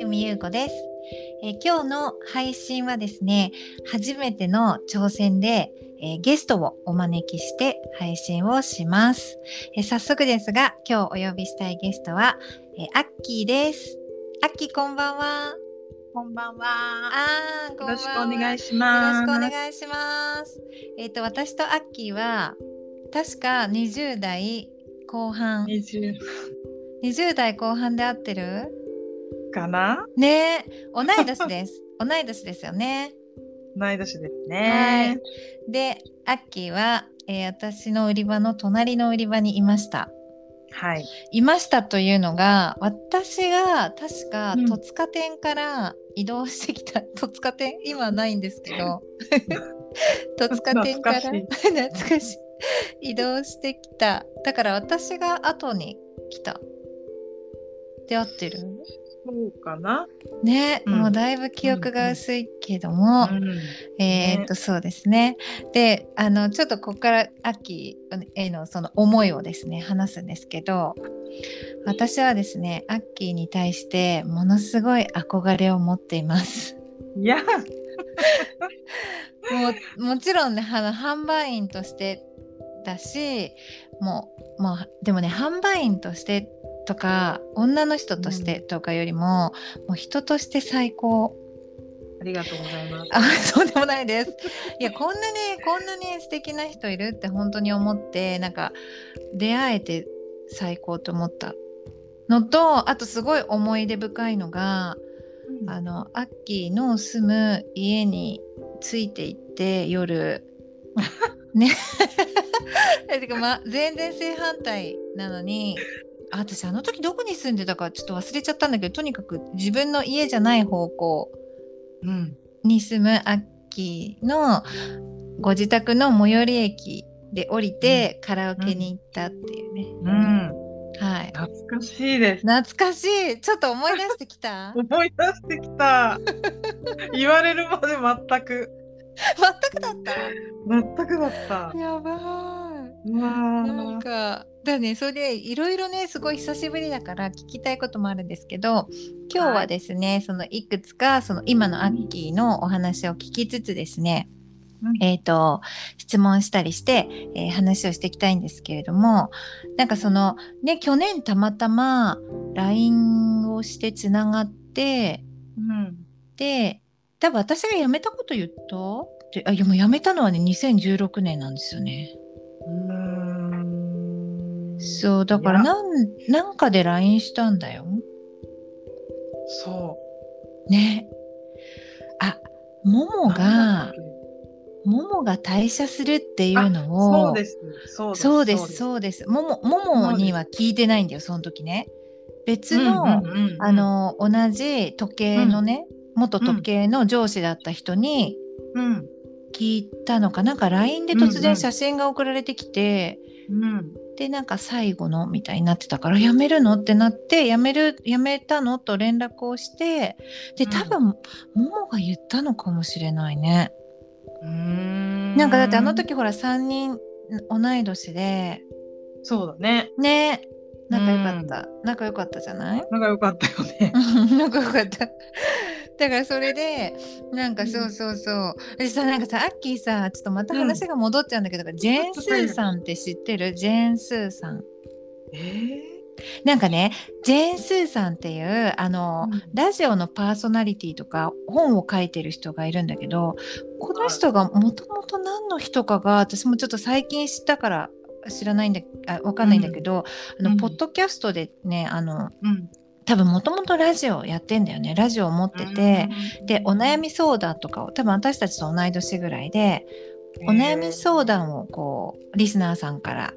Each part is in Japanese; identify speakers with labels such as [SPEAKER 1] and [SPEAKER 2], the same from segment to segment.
[SPEAKER 1] 井優子ですえー今日の配信はですね初めての挑戦で、えーゲストをお招きして配信をします、えー早速ですが今日お呼びしたいゲストは、えーアッキーですアッキーこんばんは
[SPEAKER 2] こんばんは。
[SPEAKER 1] あーこんばん
[SPEAKER 2] よ
[SPEAKER 1] は
[SPEAKER 2] ろしくお願いし
[SPEAKER 1] よろ
[SPEAKER 2] ま
[SPEAKER 1] し
[SPEAKER 2] す。
[SPEAKER 1] くお願いします。えっ、と私とアッキーは確か20代後半、
[SPEAKER 2] 20
[SPEAKER 1] 20代後半で合ってる？
[SPEAKER 2] かな
[SPEAKER 1] ねえ、同い年です。同い年ですよね。
[SPEAKER 2] 同い年ですね。
[SPEAKER 1] で、アッキーは、えー私の売り場の隣の売り場にいました。
[SPEAKER 2] はい。
[SPEAKER 1] いましたというのが、私が確か
[SPEAKER 2] うん
[SPEAKER 1] 戸塚店から移動してきた、 戸塚店今はないんですけ ど、戸塚店から
[SPEAKER 2] 懐
[SPEAKER 1] 懐かしい移動してきた。だから私が後に来た。で合ってる
[SPEAKER 2] そうかな。
[SPEAKER 1] ね、
[SPEAKER 2] うん
[SPEAKER 1] もうだいぶ記憶が薄いけども、
[SPEAKER 2] うん
[SPEAKER 1] えーっと、そうですね。で、あの、ちょっとここから秋へのその思いをですね、話すんですけど、私はですね、アッキーに対してものすごい憧れを持っています。
[SPEAKER 2] いや、
[SPEAKER 1] もうもちろんね、あの販売員としてだし、もう、もう、でもね、販売員としてとか、女の人としてとかよりも、もう人として最高。
[SPEAKER 2] ありがとうございます。
[SPEAKER 1] あ、 そうでもないです。いや、こんなね、こんなね、素敵な人いるって本当に思って、なんか出会えて最高と思ったのと、あとすごい思い出深いのが、
[SPEAKER 2] うん
[SPEAKER 1] あのアッキーの住む家について行って夜ね てか、ま、全然正反対なのにあ私あの時どこに住んでたかちょっと忘れちゃったんだけどとにかく自分の家じゃない方向
[SPEAKER 2] うん。
[SPEAKER 1] に住むアッキーのご自宅の最寄り駅で降りてカラオケに行ったっていうね、
[SPEAKER 2] うん。
[SPEAKER 1] はい
[SPEAKER 2] 懐かしいです。
[SPEAKER 1] 懐かしいちょっと思い出してきた 全
[SPEAKER 2] 思い出してき た。言われるまで全く、
[SPEAKER 1] くだった
[SPEAKER 2] 全くだった。
[SPEAKER 1] やばーいう
[SPEAKER 2] わ
[SPEAKER 1] なん
[SPEAKER 2] ー
[SPEAKER 1] かだねそれでいろいろねすごい久しぶりだから聞きたいこともあるんですけど今日はですね、い、そのいくつかその今のアッキーのお話を聞きつつですね、
[SPEAKER 2] うん
[SPEAKER 1] えっ、と質問したりして、えー話をしていきたいんですけれどもなんかそのね去年たまたま LINE をしてつながって
[SPEAKER 2] うん。
[SPEAKER 1] で多分私が辞めたこと言ったってあいやもう辞めたのはね2016年なんですよね。
[SPEAKER 2] うーん
[SPEAKER 1] そうだから
[SPEAKER 2] いや
[SPEAKER 1] なんなんかで LINE したんだよ。
[SPEAKER 2] そ
[SPEAKER 1] ね。あもも
[SPEAKER 2] う。なんだ
[SPEAKER 1] が
[SPEAKER 2] っけ
[SPEAKER 1] ももが退社するっていうのを
[SPEAKER 2] そうです。そうです。
[SPEAKER 1] そうですそうですももももには聞いてないんだよその時ね。別の、
[SPEAKER 2] うんうんうんうん
[SPEAKER 1] あ、の同じ時計のね、元時計の上司だった人に
[SPEAKER 2] うん
[SPEAKER 1] 聞いたのかなんか LINE で突然写真が送られてきて。
[SPEAKER 2] うん、
[SPEAKER 1] でなんか最後のみたいになってたから辞めるのってなって辞める辞めたのと連絡をしてで
[SPEAKER 2] うん
[SPEAKER 1] 多分、ももが言ったのかもしれないね。
[SPEAKER 2] うーん
[SPEAKER 1] なんかだってあの時ほら3人同い年で
[SPEAKER 2] そうだね
[SPEAKER 1] ね仲良かった、仲良かったじゃない
[SPEAKER 2] なんか良かったよね
[SPEAKER 1] 仲良かった。だからそれでなんかそうそうそう、でさなんかさアッキーさちょっとまた話が戻っちゃうんだけど、ジェーン・スーさんって知ってるジェーン・スーさん。
[SPEAKER 2] え
[SPEAKER 1] なんかねジェーン・スーさんっていうあ
[SPEAKER 2] ー
[SPEAKER 1] の、ラジオのパーソナリティとか本を書いてる人がいるんだけどこの人がもともと何の人かが私もちょっと最近知ったから知らないんだあわかんないんだけど、
[SPEAKER 2] うん
[SPEAKER 1] あの
[SPEAKER 2] うん
[SPEAKER 1] ポッドキャストでねあの
[SPEAKER 2] うん
[SPEAKER 1] 多分もともとラジオやってんだよねラジオを持ってて、でお悩み相談とかを多分私たちと同い年ぐらいでお悩み相談をこうリスナーさんから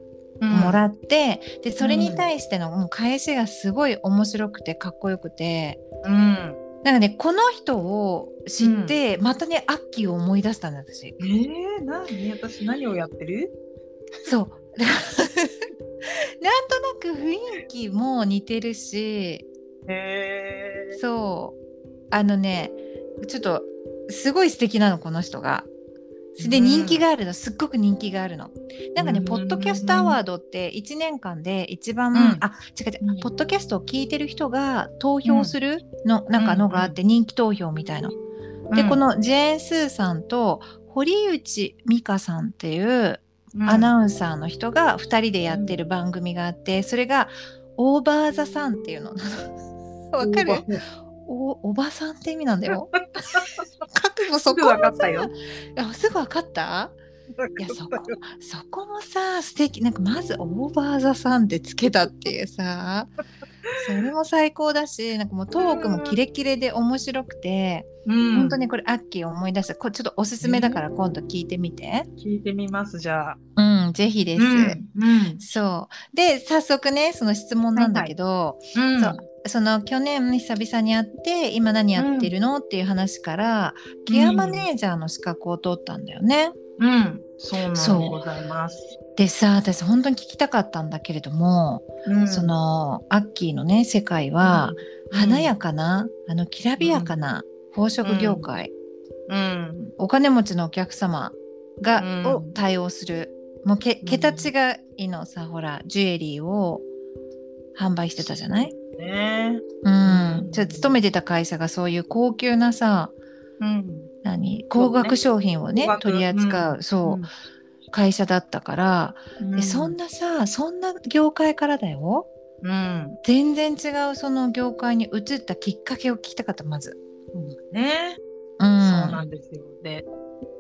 [SPEAKER 1] もら
[SPEAKER 2] っ
[SPEAKER 1] って、でそれに対してのもう返しがすごい面白くてかっこよくて
[SPEAKER 2] うん
[SPEAKER 1] なんかねこの人を知って、またねアッキーを思い出したんだ私
[SPEAKER 2] えー、何私何をやってる
[SPEAKER 1] そう なんとなく雰囲気も似てるし
[SPEAKER 2] えー、
[SPEAKER 1] そうあのねちょっとすごい素敵なのこの人がで
[SPEAKER 2] うん
[SPEAKER 1] 人気があるのすっごく人気があるの。なんかね、
[SPEAKER 2] うん
[SPEAKER 1] ポッドキャストアワードって1年間で一番、
[SPEAKER 2] うん
[SPEAKER 1] あ違う違う、
[SPEAKER 2] うん
[SPEAKER 1] ポッドキャストを聞いてる人が投票するの、なんかのがあって人気投票みたいな。でこ、のジェーン・スーさんと堀内美香さんっていうアナウンサーの人が2人でやってる番組があってそれが「オーバー・ザ・サン」っていうの。 わかるおおばさんって意味なんだ よ。覚悟そこ
[SPEAKER 2] すぐ
[SPEAKER 1] もさ
[SPEAKER 2] 分かったよ。
[SPEAKER 1] あすぐ分かったいやそこ そこもさ素敵なんかまず「オーバー・ザ・サン」でつけたっていうさそれも最高だしなんかもうトークもキレキレで面白くて、
[SPEAKER 2] うん
[SPEAKER 1] 本当にこれアッキー思い出したこれちょっとおすすめだから今度聞いてみて。
[SPEAKER 2] 聞いてみますじゃあ。
[SPEAKER 1] うんぜひです。
[SPEAKER 2] うんうん
[SPEAKER 1] そうで早速ねその質問なんだけど、
[SPEAKER 2] うん
[SPEAKER 1] そうその去年久々に会って今何やってるの、っていう話からケアマネージャーの資格を取ったんだよね。
[SPEAKER 2] うん、そうなんで
[SPEAKER 1] そう
[SPEAKER 2] ございます。
[SPEAKER 1] でさ私本当に聞きたかったんだけれども、
[SPEAKER 2] うん
[SPEAKER 1] そのアッキーのね世界は
[SPEAKER 2] うん
[SPEAKER 1] 華やかな、あのきらびやかな宝飾業界、
[SPEAKER 2] うん、
[SPEAKER 1] お金持ちのお客様が、
[SPEAKER 2] うん
[SPEAKER 1] を対応するもうけ桁違いのさほらジュエリーを販売してたじゃない
[SPEAKER 2] ね、
[SPEAKER 1] うん、じゃあ勤めてた会社がそういう高級なさ
[SPEAKER 2] うん、
[SPEAKER 1] 何高額商品をね
[SPEAKER 2] 高額
[SPEAKER 1] 取り扱う、そう、会社だったから、
[SPEAKER 2] うん、
[SPEAKER 1] でそんなさそんな業界からだよ
[SPEAKER 2] うん、
[SPEAKER 1] 全然違うその業界に移ったきっかけを聞きたかったまず。
[SPEAKER 2] ね、
[SPEAKER 1] うん、
[SPEAKER 2] そうなんですよ。で、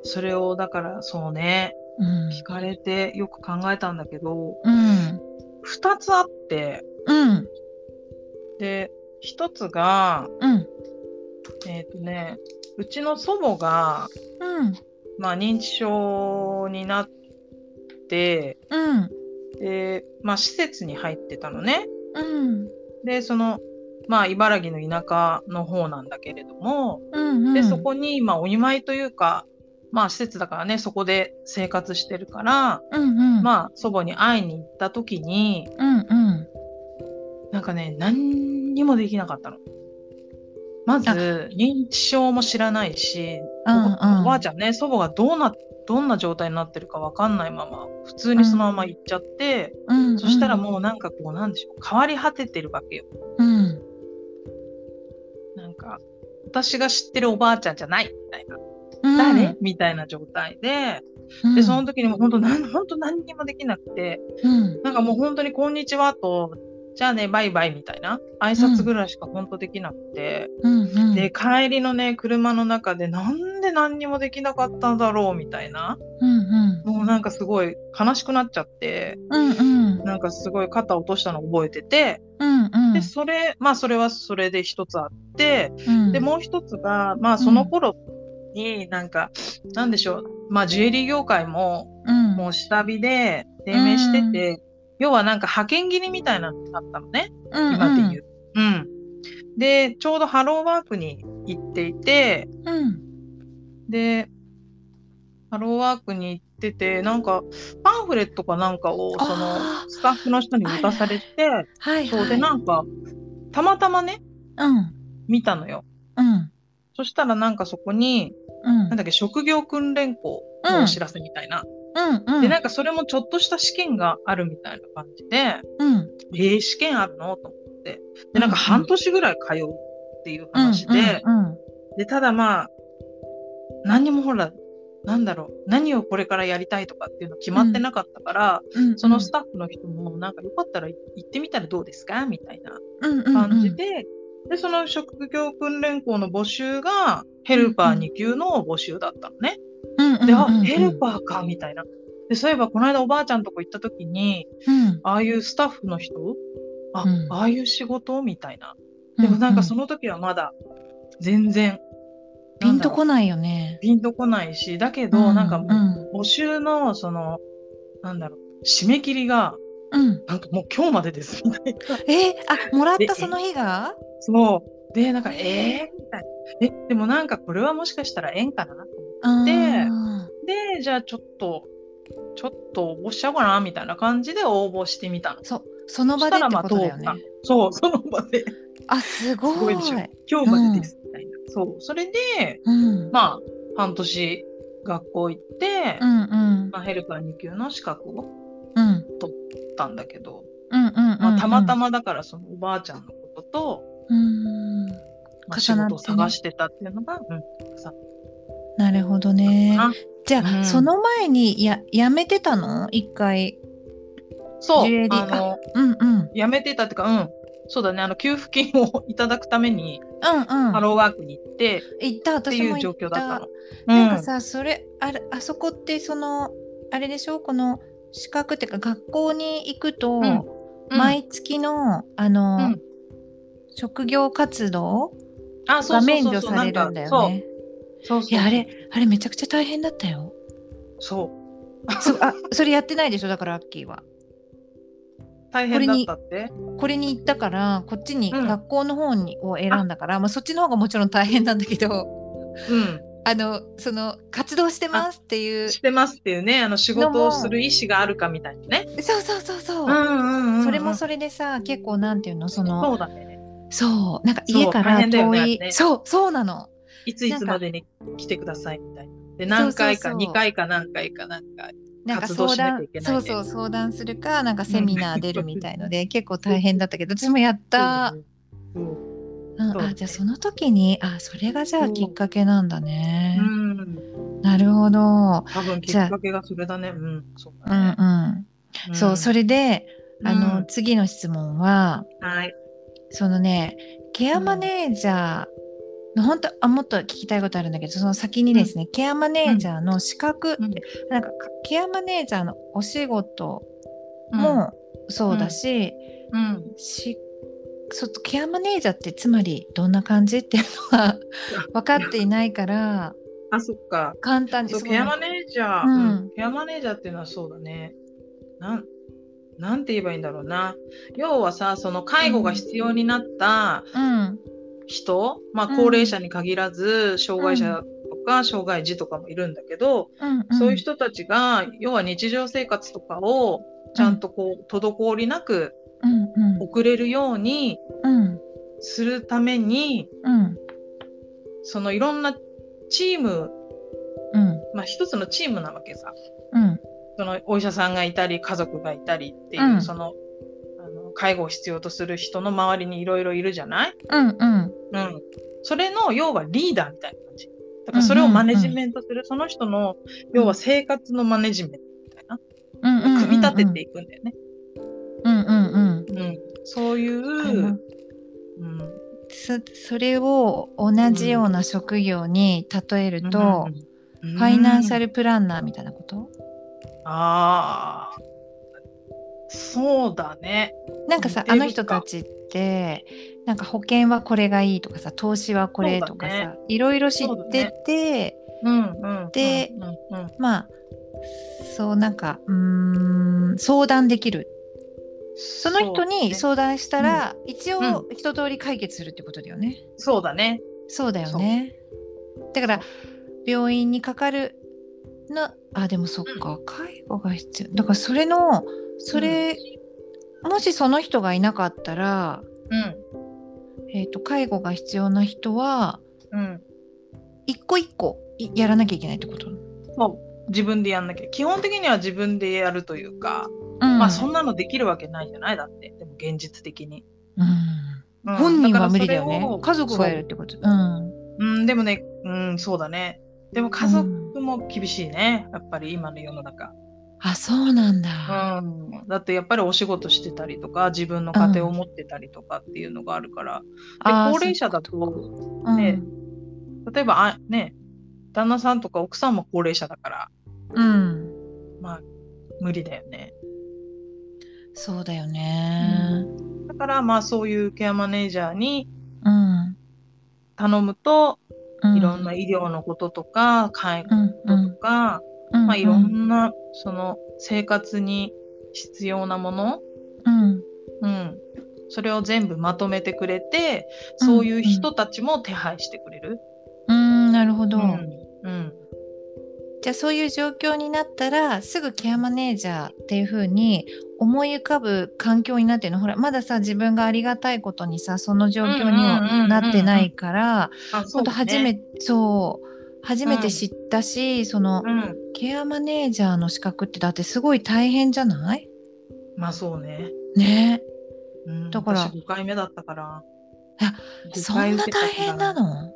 [SPEAKER 2] それをだからそうね、
[SPEAKER 1] うん
[SPEAKER 2] 聞かれてよく考えたんだけど、
[SPEAKER 1] うん
[SPEAKER 2] 二つあって、
[SPEAKER 1] うん
[SPEAKER 2] で、一つが
[SPEAKER 1] うん
[SPEAKER 2] えっ、とね、うちの祖母が
[SPEAKER 1] うん
[SPEAKER 2] まあ認知症になって、
[SPEAKER 1] うん
[SPEAKER 2] で、まあ施設に入ってたのね。
[SPEAKER 1] うん
[SPEAKER 2] でそのまあ茨城の田舎の方なんだけれども、
[SPEAKER 1] うん
[SPEAKER 2] でそこにまあお見舞いというかまあ施設だからねそこで生活してるから、
[SPEAKER 1] うんうん
[SPEAKER 2] まあ祖母に会いに行った時に
[SPEAKER 1] うんうん
[SPEAKER 2] なんかね何にもできなかったの。まず
[SPEAKER 1] あ
[SPEAKER 2] 認知症も知らないし、
[SPEAKER 1] うんうん
[SPEAKER 2] おばあちゃんね祖母がどうなどんな状態になってるかわかんないまま普通にそのまま行っちゃって、
[SPEAKER 1] うんうん
[SPEAKER 2] そしたらもうなんかこうなんでしょう変わり果ててるわけよ。
[SPEAKER 1] うん
[SPEAKER 2] なんか、私が知ってるおばあちゃんじゃないみたいな、
[SPEAKER 1] うん
[SPEAKER 2] 誰みたいな状態で、
[SPEAKER 1] うん
[SPEAKER 2] で、その時にも本当、なん本当何 にもできなくて、
[SPEAKER 1] うん
[SPEAKER 2] なんかもう本当にこんにちはと、じゃあね、バイバイみたいな、挨拶ぐらいしか本当できなくて、
[SPEAKER 1] うんうん
[SPEAKER 2] で、帰りのね、車の中で、なんで何にもできなかったんだろうみたいな、
[SPEAKER 1] うんうん
[SPEAKER 2] もうなんかすごい悲しくなっちゃって、
[SPEAKER 1] うんうん
[SPEAKER 2] なんかすごい肩落としたの覚えてて、
[SPEAKER 1] うんうん
[SPEAKER 2] で、それ、まあそれはそれで一つあって、
[SPEAKER 1] うん
[SPEAKER 2] でもう一つが、まあ、その頃になんか、なんでしょう、まあ、ジュエリー業界も
[SPEAKER 1] うん
[SPEAKER 2] もう下火で低迷してて、要はなんか派遣切りみたいなのだったのね、
[SPEAKER 1] うん
[SPEAKER 2] 今で言う。うんで、ちょうどハローワークに行っていて、
[SPEAKER 1] うん
[SPEAKER 2] で、ハローワークに行ってて、なんかパンフレットかなんかをそ
[SPEAKER 1] あ
[SPEAKER 2] の
[SPEAKER 1] ー
[SPEAKER 2] スタッフの人に渡されて、
[SPEAKER 1] はい
[SPEAKER 2] そ
[SPEAKER 1] は
[SPEAKER 2] う
[SPEAKER 1] い
[SPEAKER 2] で、なんかたまたまね、
[SPEAKER 1] うん
[SPEAKER 2] 見たのよ。
[SPEAKER 1] うん
[SPEAKER 2] そしたらなんかそこに、
[SPEAKER 1] うん
[SPEAKER 2] なんだっけ、職業訓練校のお知らせみたいな。
[SPEAKER 1] うんうん
[SPEAKER 2] で、なんかそれもちょっとした試験があるみたいな感じで、
[SPEAKER 1] うん
[SPEAKER 2] えー、試験あるのと思って。で、なんか半年ぐらい通うっていう話で、
[SPEAKER 1] うんうん
[SPEAKER 2] で、ただまあ、何にもほら、なんだろう、何をこれからやりたいとかっていうの決まってなかったから、
[SPEAKER 1] うん
[SPEAKER 2] そのスタッフの人も、なんかよかったら行ってみたらどうですかみたいな感じで、で、その職業訓練校の募集が、ヘルパー2級の募集だったのね。
[SPEAKER 1] うんうん
[SPEAKER 2] で、
[SPEAKER 1] うんうん
[SPEAKER 2] あ、ヘルパーか、みたいな。で、そういえば、この間おばあちゃんとこ行った時に、
[SPEAKER 1] うん
[SPEAKER 2] ああいうスタッフの人あ、
[SPEAKER 1] うん
[SPEAKER 2] ああいう仕事みたいな。でもなんかそ
[SPEAKER 1] の
[SPEAKER 2] の時はまだ、全然。
[SPEAKER 1] ピンと
[SPEAKER 2] な
[SPEAKER 1] こ
[SPEAKER 2] んだろ
[SPEAKER 1] ないよね
[SPEAKER 2] うピンとこないし、だけど、なんかもう、募集の、その、なんだろう、締め切りが、
[SPEAKER 1] うんうん
[SPEAKER 2] なんかもう今日までです、 みたいな。
[SPEAKER 1] えあもらっ
[SPEAKER 2] で
[SPEAKER 1] たその日が
[SPEAKER 2] そう。で、なんか、えーみたいな。え、でもなんかこれはもしかしたら縁かなと思ってで
[SPEAKER 1] あ
[SPEAKER 2] で、じゃあちょっと、ちょっと応募しちゃおうかな、みたいな感じで応募してみたの
[SPEAKER 1] ー。そその場でってことだよ
[SPEAKER 2] そしたらまあ
[SPEAKER 1] ね
[SPEAKER 2] そう、その場で、
[SPEAKER 1] あすご
[SPEAKER 2] すごい
[SPEAKER 1] い
[SPEAKER 2] でしょ今日までです、みたいな。そう、それで、
[SPEAKER 1] うん
[SPEAKER 2] まあ、半年学校行って、
[SPEAKER 1] うんうん
[SPEAKER 2] まあ、ヘルパー2級の資格を
[SPEAKER 1] うん
[SPEAKER 2] 取ったんだけど、
[SPEAKER 1] うんうんうん
[SPEAKER 2] まあ、たま
[SPEAKER 1] ま
[SPEAKER 2] たまだからそのおばあちゃんのことと、
[SPEAKER 1] うん
[SPEAKER 2] まあ、仕
[SPEAKER 1] 重なってね
[SPEAKER 2] 事を探してたっていうのが、うん
[SPEAKER 1] なるほどね
[SPEAKER 2] あ
[SPEAKER 1] じゃあ、
[SPEAKER 2] うん
[SPEAKER 1] その前にややめてたの一回
[SPEAKER 2] そう
[SPEAKER 1] ジュエリー
[SPEAKER 2] あの
[SPEAKER 1] うんうんうん
[SPEAKER 2] 辞めてたっていうか、うん、そうだねあの給付金をいただくために
[SPEAKER 1] うん
[SPEAKER 2] ハローワークに行ってっ
[SPEAKER 1] 行った
[SPEAKER 2] て
[SPEAKER 1] 私
[SPEAKER 2] い
[SPEAKER 1] も
[SPEAKER 2] う
[SPEAKER 1] 行
[SPEAKER 2] 状
[SPEAKER 1] っ
[SPEAKER 2] 況だった
[SPEAKER 1] た
[SPEAKER 2] の。
[SPEAKER 1] なんか
[SPEAKER 2] うん
[SPEAKER 1] さそれあれあそこってそのあれでしょこの資格っていうか学校に行くと、
[SPEAKER 2] んうん
[SPEAKER 1] 毎月のあの、
[SPEAKER 2] うん
[SPEAKER 1] 職業活動
[SPEAKER 2] あそ
[SPEAKER 1] が
[SPEAKER 2] うそう
[SPEAKER 1] 免
[SPEAKER 2] そう
[SPEAKER 1] 除
[SPEAKER 2] そう
[SPEAKER 1] されるんだ
[SPEAKER 2] なか
[SPEAKER 1] よね。
[SPEAKER 2] そうそう
[SPEAKER 1] い
[SPEAKER 2] そう
[SPEAKER 1] やあれあれめちゃくちゃ大変だったよ。
[SPEAKER 2] そう
[SPEAKER 1] そあそれやってないでしょだからアッキーは。
[SPEAKER 2] 大変だったって
[SPEAKER 1] これに行ったからこっちに
[SPEAKER 2] うん
[SPEAKER 1] 学校の方に、を選んだから、まあ、そっちの方がもちろん大変なんだけど
[SPEAKER 2] う
[SPEAKER 1] あのその活動してますっていうん
[SPEAKER 2] してますっていうねあの仕事をする意思があるかみたいなね
[SPEAKER 1] そうそうそうそう、
[SPEAKER 2] うん
[SPEAKER 1] それも
[SPEAKER 2] そ
[SPEAKER 1] それでさ結構なんていうのその
[SPEAKER 2] そうだね
[SPEAKER 1] そう、なんか
[SPEAKER 2] そう
[SPEAKER 1] 家か
[SPEAKER 2] 大
[SPEAKER 1] ら
[SPEAKER 2] 変だよ
[SPEAKER 1] 遠
[SPEAKER 2] ね
[SPEAKER 1] い、
[SPEAKER 2] あれね
[SPEAKER 1] そう、そうなの。
[SPEAKER 2] いついつまでに来てくださいみたいな
[SPEAKER 1] そう
[SPEAKER 2] で
[SPEAKER 1] そうそう
[SPEAKER 2] 何回か2回か何回か何回
[SPEAKER 1] なんか
[SPEAKER 2] 活動
[SPEAKER 1] 相
[SPEAKER 2] しなきゃ
[SPEAKER 1] 談
[SPEAKER 2] いけ、ない
[SPEAKER 1] そ
[SPEAKER 2] ね
[SPEAKER 1] うそう、相談するか、なんかセミナー出るみたいの で、結構大変だったけど、私もやった。
[SPEAKER 2] うん
[SPEAKER 1] うん
[SPEAKER 2] そうだ
[SPEAKER 1] あ、
[SPEAKER 2] ね
[SPEAKER 1] じゃあその時に、あ、それがじゃあきっかけなんだね
[SPEAKER 2] う。ん
[SPEAKER 1] なるほど。
[SPEAKER 2] 多分きっ
[SPEAKER 1] じゃあ
[SPEAKER 2] かけがそれだねうんそう
[SPEAKER 1] う
[SPEAKER 2] だ
[SPEAKER 1] ん
[SPEAKER 2] ね
[SPEAKER 1] うん。
[SPEAKER 2] ん
[SPEAKER 1] そう、それで、あ
[SPEAKER 2] う
[SPEAKER 1] の、
[SPEAKER 2] ん
[SPEAKER 1] 次の質問は、
[SPEAKER 2] はい
[SPEAKER 1] そのね、ケアマネージャーの、本当あもっと聞きたいことあるんだけどその先にですね、ケアマネージャーの資格、
[SPEAKER 2] うん
[SPEAKER 1] なんかケアマネージャーのお仕事もそうだし,、
[SPEAKER 2] うん
[SPEAKER 1] しそケアマネージャーってつまりどんな感じっていうの は分かっていないから
[SPEAKER 2] あそっか
[SPEAKER 1] 簡単に
[SPEAKER 2] そう
[SPEAKER 1] そ
[SPEAKER 2] ケアマ
[SPEAKER 1] ー
[SPEAKER 2] ネージャ
[SPEAKER 1] う
[SPEAKER 2] ー、
[SPEAKER 1] ん
[SPEAKER 2] うんケアマネージャーっていうのはそうだねなんなんて言えばいいんだろうな要はさその介護が必要になった
[SPEAKER 1] うん
[SPEAKER 2] 人、まあ
[SPEAKER 1] うん
[SPEAKER 2] 高齢者に限らず障害者とか障害児とかもいるんだけど、
[SPEAKER 1] うん
[SPEAKER 2] そういう人たちが要は日常生活とかをちゃんとこう滞りなく
[SPEAKER 1] うんうん
[SPEAKER 2] 送れるように
[SPEAKER 1] うん
[SPEAKER 2] するために
[SPEAKER 1] うん
[SPEAKER 2] そのいろんなチーム、
[SPEAKER 1] うん
[SPEAKER 2] まあ、一つのチームなわけさ。
[SPEAKER 1] うん
[SPEAKER 2] そのお医者さんがいたり家族がいたりっていう、
[SPEAKER 1] うん
[SPEAKER 2] そのあの介護を必要とする人の周りにいろいろいるじゃない、
[SPEAKER 1] うんうん
[SPEAKER 2] うん、それの要はリーダーみたいな感じだからそれをマネジメントする、その人の要は生活のマネジメントみたいな、
[SPEAKER 1] うんうん
[SPEAKER 2] 組み立てていくんだよね、
[SPEAKER 1] うんうんうん
[SPEAKER 2] うんそういう、
[SPEAKER 1] あの
[SPEAKER 2] うん
[SPEAKER 1] そそれを同じような職業に例えると、
[SPEAKER 2] うん
[SPEAKER 1] ファイナンシャ
[SPEAKER 2] うん
[SPEAKER 1] ルプランナーみたいなこと
[SPEAKER 2] ああそうだね
[SPEAKER 1] なんかさ
[SPEAKER 2] 似て
[SPEAKER 1] あ
[SPEAKER 2] るか
[SPEAKER 1] の人たちってなんか保険はこれがいいとかさ投資はこれとかさ、
[SPEAKER 2] そうだ
[SPEAKER 1] いろいろ知ってて、
[SPEAKER 2] うんうん
[SPEAKER 1] で
[SPEAKER 2] うんうん、
[SPEAKER 1] まあそうなんかうーん相談できるその人に
[SPEAKER 2] そ
[SPEAKER 1] 相
[SPEAKER 2] う
[SPEAKER 1] 談したら、一応
[SPEAKER 2] う
[SPEAKER 1] 一通り解決するってことだよね。
[SPEAKER 2] そうだね
[SPEAKER 1] そうだよね。だから病院にかかるのあでもそっか、介護が必要だからそれのそれ、もしその人がいなかったら、
[SPEAKER 2] うん
[SPEAKER 1] えー、と介護が必要な人は
[SPEAKER 2] うん、
[SPEAKER 1] 一個一個いやらなきゃいけないってこと、うん
[SPEAKER 2] そう自分でやんなきゃ基本的には自分でやるというか、まあそんなのできるわけないじゃないだってでも現実的に、
[SPEAKER 1] うん
[SPEAKER 2] うん
[SPEAKER 1] 本人は無理だよ
[SPEAKER 2] からそれ
[SPEAKER 1] ね
[SPEAKER 2] を
[SPEAKER 1] 家族がやるってことうん
[SPEAKER 2] そううんでもねうんそうだねでも家族も厳しいねやっぱり今の世の中、
[SPEAKER 1] あそうなんだ、
[SPEAKER 2] うん、だってやっぱりお仕事してたりとか自分の家庭を持ってたりとかっていうのがあるから、
[SPEAKER 1] あー
[SPEAKER 2] で高齢者だ
[SPEAKER 1] そっか
[SPEAKER 2] と
[SPEAKER 1] そっか
[SPEAKER 2] ね例えばあね旦那さんとか奥さんも高齢者だから
[SPEAKER 1] うん、うん
[SPEAKER 2] まあ無理だよね
[SPEAKER 1] そうだよね
[SPEAKER 2] だからまあそういうケアマネージャーに
[SPEAKER 1] うん、
[SPEAKER 2] 頼むと
[SPEAKER 1] うん、
[SPEAKER 2] いろんな医療のこととか、介
[SPEAKER 1] う
[SPEAKER 2] 護
[SPEAKER 1] んう
[SPEAKER 2] のこと
[SPEAKER 1] ん
[SPEAKER 2] とか、
[SPEAKER 1] うん
[SPEAKER 2] まあ、いろんな、その、生活に必要なもの、
[SPEAKER 1] うん
[SPEAKER 2] うん。それを全部まとめてくれて、
[SPEAKER 1] うん
[SPEAKER 2] そういう人たちも手配してくれる。
[SPEAKER 1] うんなるほ
[SPEAKER 2] う
[SPEAKER 1] ど、
[SPEAKER 2] ん。うん。
[SPEAKER 1] じゃあそういう状況になったらすぐケアマネージャーっていう風に思い浮かぶ環境になってるのほらまださ自分がありがたいことにさその状況に
[SPEAKER 2] うんうんうんうんう
[SPEAKER 1] は
[SPEAKER 2] ん
[SPEAKER 1] なってないから
[SPEAKER 2] あ、
[SPEAKER 1] ほんと初め
[SPEAKER 2] て。
[SPEAKER 1] てそう初めて知ったし、その
[SPEAKER 2] うん。
[SPEAKER 1] ケアマネージャーの資格ってだってすごい大変じゃない
[SPEAKER 2] まあそうね。
[SPEAKER 1] ね
[SPEAKER 2] うん、
[SPEAKER 1] だから
[SPEAKER 2] 私5回目だったから。
[SPEAKER 1] あ
[SPEAKER 2] 5
[SPEAKER 1] そ
[SPEAKER 2] 回
[SPEAKER 1] ん
[SPEAKER 2] 受
[SPEAKER 1] な
[SPEAKER 2] けた
[SPEAKER 1] 大
[SPEAKER 2] から
[SPEAKER 1] 変なの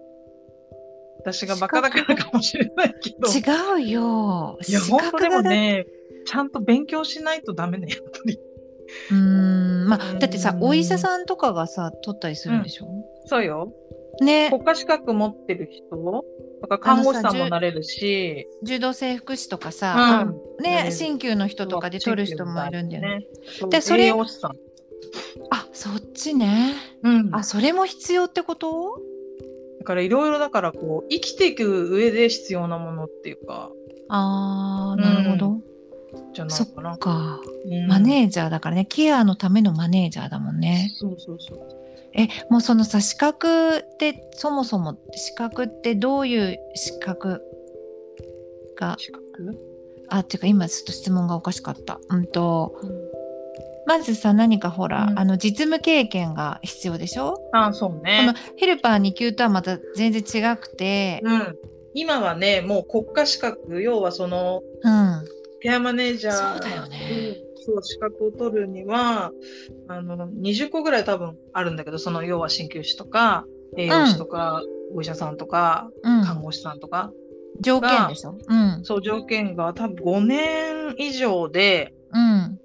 [SPEAKER 2] 私がバカだからかもしれないけど。
[SPEAKER 1] 違うよ
[SPEAKER 2] いや、
[SPEAKER 1] 資
[SPEAKER 2] 本当で
[SPEAKER 1] 格
[SPEAKER 2] も
[SPEAKER 1] がだ
[SPEAKER 2] ね、ちゃんと勉強しないとダメね、やっぱり。
[SPEAKER 1] うーんま
[SPEAKER 2] う
[SPEAKER 1] あ
[SPEAKER 2] ん
[SPEAKER 1] だってさお医者さんとかがさ取ったりするんでしょ、
[SPEAKER 2] そうよ。
[SPEAKER 1] ね
[SPEAKER 2] 国家資格持ってる人とか看護師さ
[SPEAKER 1] あ
[SPEAKER 2] ん
[SPEAKER 1] のさ
[SPEAKER 2] もなれるし、
[SPEAKER 1] 柔道整復師とか
[SPEAKER 2] う
[SPEAKER 1] さ、
[SPEAKER 2] ん。なれ
[SPEAKER 1] ね
[SPEAKER 2] る
[SPEAKER 1] 鍼灸の人とかで取る人もいるんだよね。
[SPEAKER 2] そう
[SPEAKER 1] でそれ
[SPEAKER 2] 栄養士さん。
[SPEAKER 1] あそっちね
[SPEAKER 2] うん。
[SPEAKER 1] あ
[SPEAKER 2] だ
[SPEAKER 1] それも必要ってこと
[SPEAKER 2] からいろいろだからこう、生きていく上で必要なものっていうか、
[SPEAKER 1] あーなるほど、
[SPEAKER 2] じゃない
[SPEAKER 1] そ
[SPEAKER 2] かな
[SPEAKER 1] っ。か、
[SPEAKER 2] うん
[SPEAKER 1] マネージャーだからねケアのためのマネージャーだもんね
[SPEAKER 2] そうそうそう。
[SPEAKER 1] えもうそのさ資格ってそもそも資格ってどういう資格が
[SPEAKER 2] 資格
[SPEAKER 1] あっていうか今ちょっと質問がおかしかったうんとまずさ何かほら、
[SPEAKER 2] うん
[SPEAKER 1] あの実務経験が必要でしょ、
[SPEAKER 2] あ、そう
[SPEAKER 1] この
[SPEAKER 2] ね。
[SPEAKER 1] ヘルパー2級とはまた全然違くて、
[SPEAKER 2] うん。今はね、もう国家資格、要はその、
[SPEAKER 1] うん、
[SPEAKER 2] ケアマネージャー
[SPEAKER 1] そうだよね
[SPEAKER 2] そう資格を取るにはあの20個ぐらい多分あるんだけどその要は鍼灸師とか栄養士とか、お医者さんとか
[SPEAKER 1] うん、
[SPEAKER 2] 看護師さんとか、
[SPEAKER 1] 条件でしょ、うん
[SPEAKER 2] そう条件が多分5年以上で
[SPEAKER 1] うん、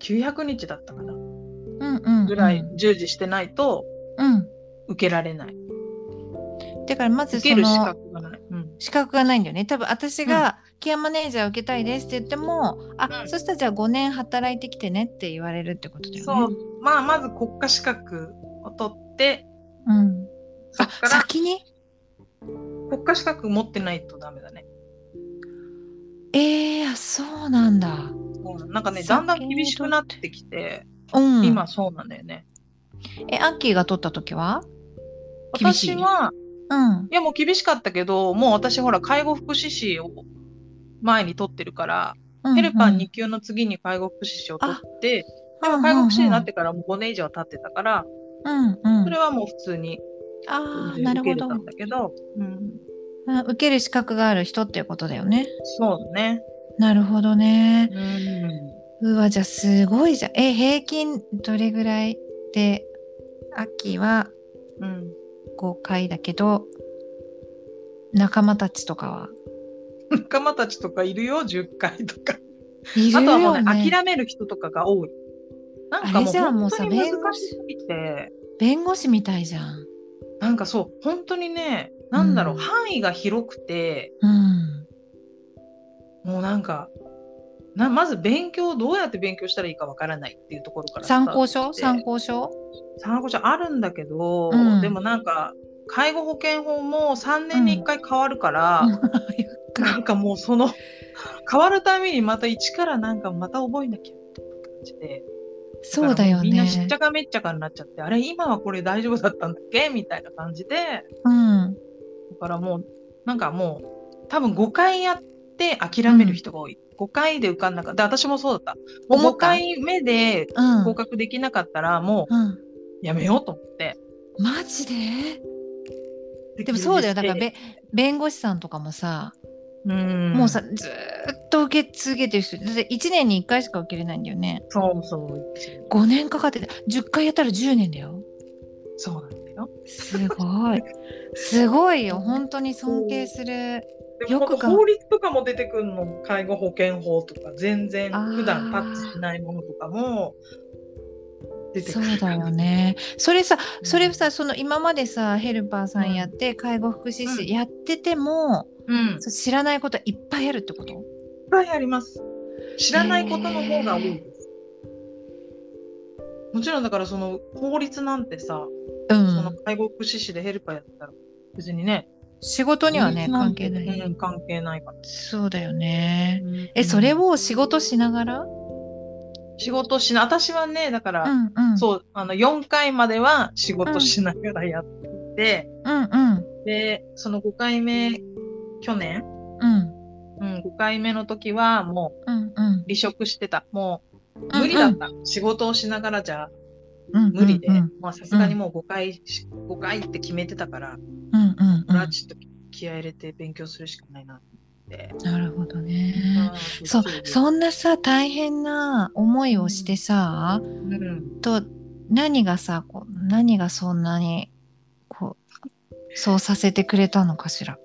[SPEAKER 2] 900日だったかな
[SPEAKER 1] うんうん
[SPEAKER 2] ぐらい
[SPEAKER 1] うん
[SPEAKER 2] 従事してないと
[SPEAKER 1] う
[SPEAKER 2] 受けられない、
[SPEAKER 1] ん、だからまず
[SPEAKER 2] 受
[SPEAKER 1] そ
[SPEAKER 2] ける資
[SPEAKER 1] の
[SPEAKER 2] 格がない、うん、
[SPEAKER 1] 資格がないんだよね多分私がケアマネージャー受けたいですって言っても、あ、
[SPEAKER 2] うん
[SPEAKER 1] そしたらじゃあ5年働いてきてねって言われるってことだよね
[SPEAKER 2] そうまあまず国家資格を取って
[SPEAKER 1] うん、
[SPEAKER 2] そ
[SPEAKER 1] あ
[SPEAKER 2] っから
[SPEAKER 1] 先に
[SPEAKER 2] 国家資格持ってないとダメだね
[SPEAKER 1] えー、あそうなんだ、
[SPEAKER 2] うんなんかねだ
[SPEAKER 1] 先
[SPEAKER 2] ん
[SPEAKER 1] に
[SPEAKER 2] だん厳しくなってきて
[SPEAKER 1] うん、
[SPEAKER 2] 今そうなんだよね。
[SPEAKER 1] えアッキーが取った時は厳しい
[SPEAKER 2] 私は、
[SPEAKER 1] うん
[SPEAKER 2] いやもう厳しかったけど、もう私ほら、介護福祉士を前に取ってるから、ヘルパー2級の次に介護福祉士を取って、
[SPEAKER 1] でも
[SPEAKER 2] 介護福祉士になってからもう5年以上経ってたから、
[SPEAKER 1] うんうん、
[SPEAKER 2] それはもう普通に
[SPEAKER 1] ああ
[SPEAKER 2] 受
[SPEAKER 1] なる
[SPEAKER 2] け
[SPEAKER 1] ほ
[SPEAKER 2] れ
[SPEAKER 1] ど
[SPEAKER 2] たんだけど、うん、
[SPEAKER 1] あ受ける資格がある人っていうことだよね
[SPEAKER 2] そうだね。
[SPEAKER 1] なるほどね
[SPEAKER 2] うん
[SPEAKER 1] うわじゃあすごいじゃんえ平均どれぐらいで秋は
[SPEAKER 2] うん、
[SPEAKER 1] 5回だけど仲間たちとかは
[SPEAKER 2] 仲間たちとかいるよ、10回とか。
[SPEAKER 1] い
[SPEAKER 2] あ
[SPEAKER 1] る
[SPEAKER 2] とはもう
[SPEAKER 1] よ
[SPEAKER 2] ね、
[SPEAKER 1] ね
[SPEAKER 2] 諦める人とかが多い。なんか
[SPEAKER 1] あ
[SPEAKER 2] も
[SPEAKER 1] れ
[SPEAKER 2] う
[SPEAKER 1] じゃあもう
[SPEAKER 2] 本
[SPEAKER 1] さ
[SPEAKER 2] 当に難しすぎて。
[SPEAKER 1] 弁護士みたいじゃん
[SPEAKER 2] なんかそう、本当にね、なんだろう、
[SPEAKER 1] うん
[SPEAKER 2] 範囲が広くて、
[SPEAKER 1] うん
[SPEAKER 2] もうなんか、なまず勉強をどうやって勉強したらいいかわからないっていうところからスター
[SPEAKER 1] 参
[SPEAKER 2] ト
[SPEAKER 1] 考書
[SPEAKER 2] して
[SPEAKER 1] 参考書
[SPEAKER 2] 参考書あるんだけど、
[SPEAKER 1] うん
[SPEAKER 2] でもなんか介護保険法も3年に1回変わるから、 なんかもうその変わるためにまた一からなんかまた覚えなきゃって感じで
[SPEAKER 1] そうだよ
[SPEAKER 2] からもみんなしっ
[SPEAKER 1] ね
[SPEAKER 2] ちゃかめっちゃかになっちゃってあれ今はこれ大丈夫だったんだっけみたいな感じで
[SPEAKER 1] うん
[SPEAKER 2] だからもう、なんかもう、多分5回やって諦める人が多い。5回で受かんなかった。で私もそうだった。も
[SPEAKER 1] 思
[SPEAKER 2] う5
[SPEAKER 1] った
[SPEAKER 2] 回目で
[SPEAKER 1] うん
[SPEAKER 2] 合格できなかったら、も
[SPEAKER 1] うん
[SPEAKER 2] うやめようと思って。
[SPEAKER 1] マジででもそうだよだからべ弁護士さんとかもさ
[SPEAKER 2] うん、
[SPEAKER 1] もうさ、ずーっと受け続けてる人、だって1年に1回しか受けれないんだよね。
[SPEAKER 2] そうそう。
[SPEAKER 1] 5年かかってて、10回やったら10年だよ。
[SPEAKER 2] そうなんだよ。
[SPEAKER 1] すごい。すごいよ、本当に尊敬する。
[SPEAKER 2] でも
[SPEAKER 1] よく
[SPEAKER 2] なんか
[SPEAKER 1] が
[SPEAKER 2] 法律とかも出てくるの。介護保険法とか、全然
[SPEAKER 1] あー
[SPEAKER 2] 普段タッチしないものとかも出て
[SPEAKER 1] そ
[SPEAKER 2] くる。
[SPEAKER 1] うだよ。ね。それさ、
[SPEAKER 2] うん
[SPEAKER 1] それさ、その今までさ、ヘルパーさ
[SPEAKER 2] うん
[SPEAKER 1] んやって、介護福祉
[SPEAKER 2] う
[SPEAKER 1] 士
[SPEAKER 2] ん
[SPEAKER 1] やってても、
[SPEAKER 2] うん。いっ
[SPEAKER 1] そう知らないこといっぱいあるってこと
[SPEAKER 2] ぱいあります。知らないことの方が多いです。もちろんだからその法律なんてさ、
[SPEAKER 1] う
[SPEAKER 2] その
[SPEAKER 1] ん。
[SPEAKER 2] 介護福祉士でヘルパーやってたら別にね、
[SPEAKER 1] 仕事にはね、
[SPEAKER 2] 法律
[SPEAKER 1] 関
[SPEAKER 2] んて
[SPEAKER 1] 係ない。
[SPEAKER 2] うん、関係ないから。
[SPEAKER 1] そうだよね。
[SPEAKER 2] う
[SPEAKER 1] え、
[SPEAKER 2] ん
[SPEAKER 1] それを仕事しながらう
[SPEAKER 2] 仕事しな、私はね、だから、
[SPEAKER 1] んうん。う。
[SPEAKER 2] そう、あの、4回までは仕事しながらやって
[SPEAKER 1] うんうん。
[SPEAKER 2] て、で、その5回目、去年、
[SPEAKER 1] うん
[SPEAKER 2] うん、5回目の時はもう
[SPEAKER 1] うんうん。
[SPEAKER 2] 離職してた。もう無理だった。仕事をしながらじゃ無理で、まあさすがにもう5回し、5回って決めてたから、
[SPEAKER 1] うんうんうん
[SPEAKER 2] これはちょっと気合い入れて勉強するしかないなって。
[SPEAKER 1] なるほど
[SPEAKER 2] ま
[SPEAKER 1] ね。
[SPEAKER 2] あ
[SPEAKER 1] そう
[SPEAKER 2] できる
[SPEAKER 1] そんなさ大変な思いをしてさ、
[SPEAKER 2] うん
[SPEAKER 1] と何がさこう何がそんなにこうそうさせてくれたのかしら。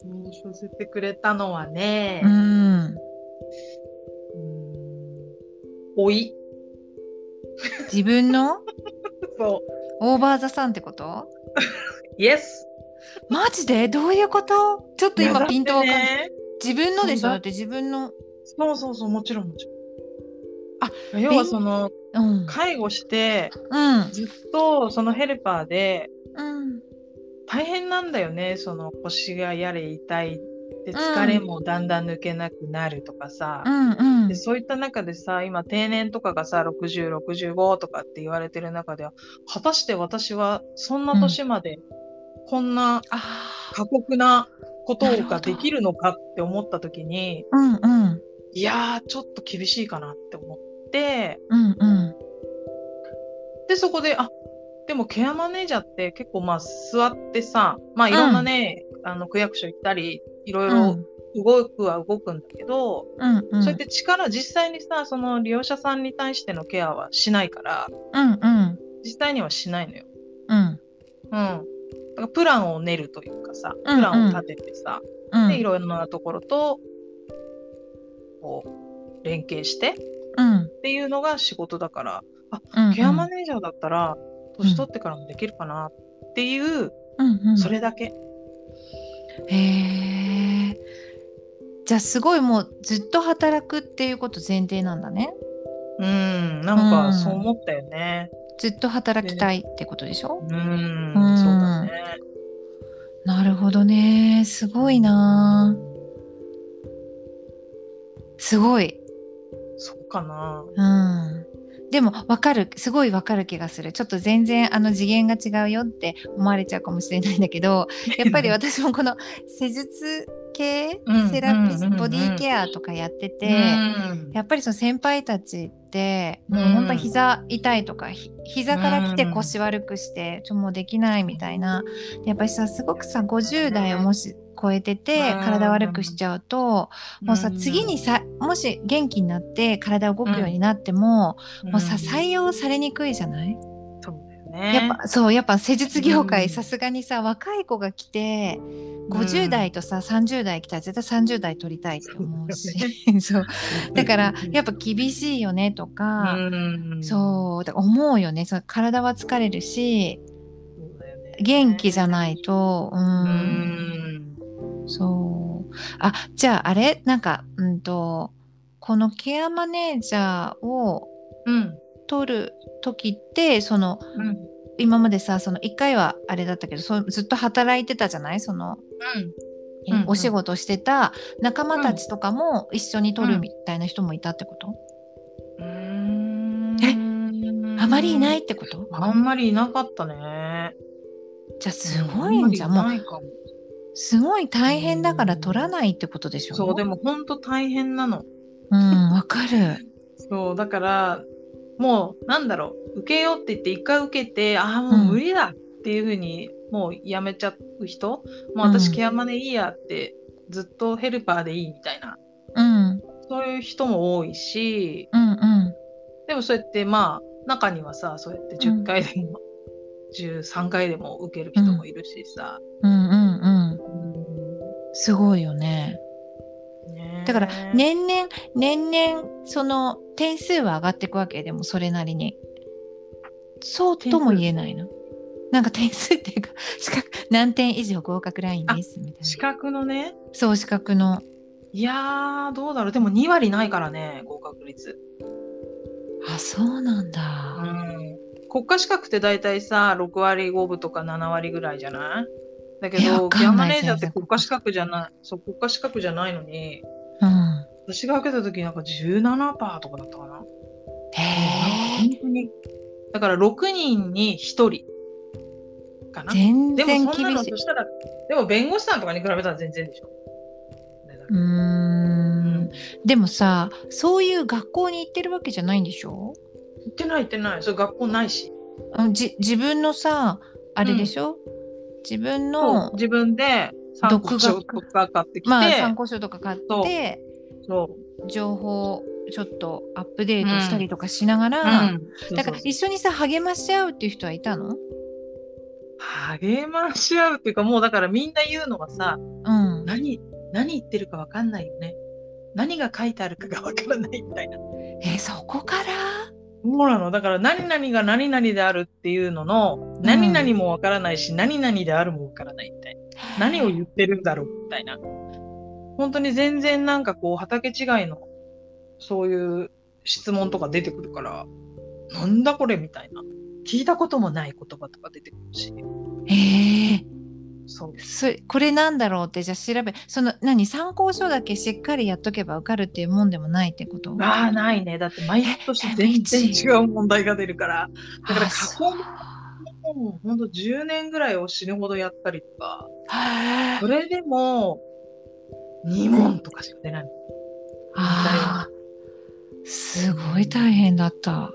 [SPEAKER 2] そうさせてくれたのはね
[SPEAKER 1] う、ん、
[SPEAKER 2] うん老い。
[SPEAKER 1] 自分の
[SPEAKER 2] そう。
[SPEAKER 1] オーバーザさんってこと
[SPEAKER 2] イエス。
[SPEAKER 1] マジでどういうことちょっと
[SPEAKER 2] いやだっ
[SPEAKER 1] 今
[SPEAKER 2] て
[SPEAKER 1] ピントわかんない、
[SPEAKER 2] ね
[SPEAKER 1] 自分のでし
[SPEAKER 2] そ
[SPEAKER 1] ょ
[SPEAKER 2] うだ
[SPEAKER 1] だって自分の
[SPEAKER 2] そうそうそう、もちろんもちろん。
[SPEAKER 1] あ
[SPEAKER 2] 要はその、
[SPEAKER 1] うん
[SPEAKER 2] 介護して、
[SPEAKER 1] うん
[SPEAKER 2] ずっとそのヘルパーで、
[SPEAKER 1] うん
[SPEAKER 2] 大変なんだよね、その腰がやれ痛いで疲れもだんだん抜けなくなるとかさ、
[SPEAKER 1] うんうん
[SPEAKER 2] でそういった中でさ今定年とかがさ6065とかって言われてる中では果たして私はそんな年までこんな
[SPEAKER 1] あ
[SPEAKER 2] 過酷なこと
[SPEAKER 1] なるほど
[SPEAKER 2] ができるのかって思った時に
[SPEAKER 1] ーうんうん
[SPEAKER 2] いやーちょっと厳しいかなって思って
[SPEAKER 1] うんうん
[SPEAKER 2] でそこであでもケアマネージャーって結構まあ座ってさまあいろんなね、あの区役所行ったりいろいろ動くは動くんだけど、
[SPEAKER 1] うんうん
[SPEAKER 2] そうやって力実際にさその利用者さんに対してのケアはしないから
[SPEAKER 1] うんうん
[SPEAKER 2] 実際にはしないのよ。
[SPEAKER 1] うん
[SPEAKER 2] うん、だからプランを練るというかさプ
[SPEAKER 1] うんうん
[SPEAKER 2] ランを立ててさ、
[SPEAKER 1] うん
[SPEAKER 2] でいろんなところとこう連携してっ
[SPEAKER 1] うん
[SPEAKER 2] ていうのが仕事だから、
[SPEAKER 1] うん
[SPEAKER 2] ケアマネージャーだったら年取ってからもできるかなっていう、
[SPEAKER 1] うんうん
[SPEAKER 2] それだけ。
[SPEAKER 1] へえじゃあすごいもうずっと働くっていうこと前提なんだね
[SPEAKER 2] うん、なん
[SPEAKER 1] うん
[SPEAKER 2] かそう思ったよね。
[SPEAKER 1] ずっと働きたいってことでしょ、
[SPEAKER 2] うん、
[SPEAKER 1] うん
[SPEAKER 2] そうだね。
[SPEAKER 1] なるほどねすごいなすごい
[SPEAKER 2] そうかな。
[SPEAKER 1] うんでもわかるすごいわかる気がするちょっと全然あの次元が違うよって思われちゃうかもしれないんだけどやっぱり私もこの施術系
[SPEAKER 2] うん
[SPEAKER 1] セラピ
[SPEAKER 2] うんう
[SPEAKER 1] ス
[SPEAKER 2] んうん
[SPEAKER 1] ボディケアとかやってて、
[SPEAKER 2] うん
[SPEAKER 1] やっぱりその先輩たちって、
[SPEAKER 2] うん
[SPEAKER 1] もう本当に膝痛いとかひ膝から来て
[SPEAKER 2] うん
[SPEAKER 1] 腰悪くしてちょもうできないみたいなでやっぱりさすごくさ50代をもし超えてて
[SPEAKER 2] うん
[SPEAKER 1] 体悪くしちゃうともうさ次にさもし元気になって体動くようになっても、もうさ採用されにくいじゃない、
[SPEAKER 2] うんそうだよね。
[SPEAKER 1] やっぱそうやっぱ施術業
[SPEAKER 2] う
[SPEAKER 1] 界
[SPEAKER 2] ん
[SPEAKER 1] さすがにさ若い子が来て
[SPEAKER 2] う
[SPEAKER 1] 50
[SPEAKER 2] ん
[SPEAKER 1] 代とさ30代来たら絶対30代取りたいって思う
[SPEAKER 2] そうだ
[SPEAKER 1] し そうだからやっぱ厳しいよねとか、
[SPEAKER 2] うん
[SPEAKER 1] そうだから思うよねそう体は疲れるし
[SPEAKER 2] そうだよね
[SPEAKER 1] 元気じゃないと、う
[SPEAKER 2] うんん
[SPEAKER 1] そうあじゃああれなんかうんとこのケアマネージャーを
[SPEAKER 2] うん
[SPEAKER 1] 取る時ってその
[SPEAKER 2] うん
[SPEAKER 1] 今までさその1回はあれだったけどそうずっと働いてたじゃないその、え
[SPEAKER 2] うんうん
[SPEAKER 1] お仕事してた仲間たちとかも一緒に取るみたいな人もいたってこと、
[SPEAKER 2] うん
[SPEAKER 1] え
[SPEAKER 2] え
[SPEAKER 1] あまりいないってこと
[SPEAKER 2] あんまりいなかったね
[SPEAKER 1] じゃあすごいんじゃんも
[SPEAKER 2] あ
[SPEAKER 1] う
[SPEAKER 2] まりいないかも
[SPEAKER 1] すごい大変だから取らないってことでしょ
[SPEAKER 2] そうで
[SPEAKER 1] も
[SPEAKER 2] も本当大変なの
[SPEAKER 1] うんわかる
[SPEAKER 2] そうだからもうなんだろう受けようって言って一回受けてああもう無理だっていうふうにもうやめちゃう人、もう
[SPEAKER 1] う
[SPEAKER 2] 私
[SPEAKER 1] ん
[SPEAKER 2] ケアマネいいやってずっとヘルパーでいいみたいな
[SPEAKER 1] うんうん
[SPEAKER 2] そういう人も多いし
[SPEAKER 1] うん
[SPEAKER 2] でもそうやってまあ中にはさそうやって
[SPEAKER 1] うん
[SPEAKER 2] 10回でも、13回でも受ける人もいるしさ、
[SPEAKER 1] うんうんうんすごいよね
[SPEAKER 2] ねえ
[SPEAKER 1] だから年々年々その点数は上がっていくわけでもそれなりにそうとも言えないななんか点数っていうか 資格何点以上合格ラインですみたい
[SPEAKER 2] 資
[SPEAKER 1] な
[SPEAKER 2] 格のね
[SPEAKER 1] そう資格の
[SPEAKER 2] いやーどうだろうでも2割ないからね合格率、
[SPEAKER 1] あそうなんだ、
[SPEAKER 2] うん、国家資格って大体さ6割5分とか7割ぐらいじゃないだけ
[SPEAKER 1] いやわ
[SPEAKER 2] ど
[SPEAKER 1] か
[SPEAKER 2] ケア
[SPEAKER 1] ん
[SPEAKER 2] マ
[SPEAKER 1] ない
[SPEAKER 2] ネージャーって
[SPEAKER 1] 全然
[SPEAKER 2] 国家資格じゃないそう国家資格じゃないのに
[SPEAKER 1] うん、
[SPEAKER 2] 私が受けた時なんか17%とかだったかな
[SPEAKER 1] へえ
[SPEAKER 2] 本当にだから6人に1人かな。
[SPEAKER 1] 全
[SPEAKER 2] で
[SPEAKER 1] 然
[SPEAKER 2] もそんな
[SPEAKER 1] 厳
[SPEAKER 2] の
[SPEAKER 1] しい
[SPEAKER 2] そしたら、でも弁護士さんとかに比べたら全然でしょ。
[SPEAKER 1] うー
[SPEAKER 2] うん行
[SPEAKER 1] でもさそういう学校に行ってるわけじゃないんでしょ
[SPEAKER 2] ってない行ってない。それ学校ないし。
[SPEAKER 1] あのじ自分のさあれでしょ、自分
[SPEAKER 2] そう
[SPEAKER 1] の
[SPEAKER 2] 自分で参考書とか買ってきて、
[SPEAKER 1] まあ参考書とか買って
[SPEAKER 2] そ
[SPEAKER 1] 情報をちょっとアップデートしたりとかしながら、
[SPEAKER 2] う、うん、
[SPEAKER 1] だから
[SPEAKER 2] そうそう
[SPEAKER 1] 一緒にさ励まし合うっていう人はいたの
[SPEAKER 2] 励まし合うっていうかもうだからみんな言うのはさ
[SPEAKER 1] うん
[SPEAKER 2] 何何言ってるかわかんないよね何が書いてあるかがわからないみたいな
[SPEAKER 1] えそこから
[SPEAKER 2] そうなのだから何々が何々であるっていうのの何々もわからないし、何々であるもわからないみたいな何を言ってるんだろうみたいな本当に全然なんかこう畑違いのそういう質問とか出てくるからなんだこれみたいな聞いたこともない言葉とか出てくるし
[SPEAKER 1] ええ
[SPEAKER 2] そう
[SPEAKER 1] そこれなんだろうってじゃあ調べその何参考書だけしっかりやっとけば受かるっていうもんでもないってこと
[SPEAKER 2] ああ、ないね。だって毎年全然違う問題が出るから。だから
[SPEAKER 1] あ
[SPEAKER 2] 過
[SPEAKER 1] そ
[SPEAKER 2] 去
[SPEAKER 1] う
[SPEAKER 2] もうほんと10年ぐらいを死ぬほどやったりとか、
[SPEAKER 1] へえ
[SPEAKER 2] それでも2問とかしか出ない。
[SPEAKER 1] あーすごい大変だった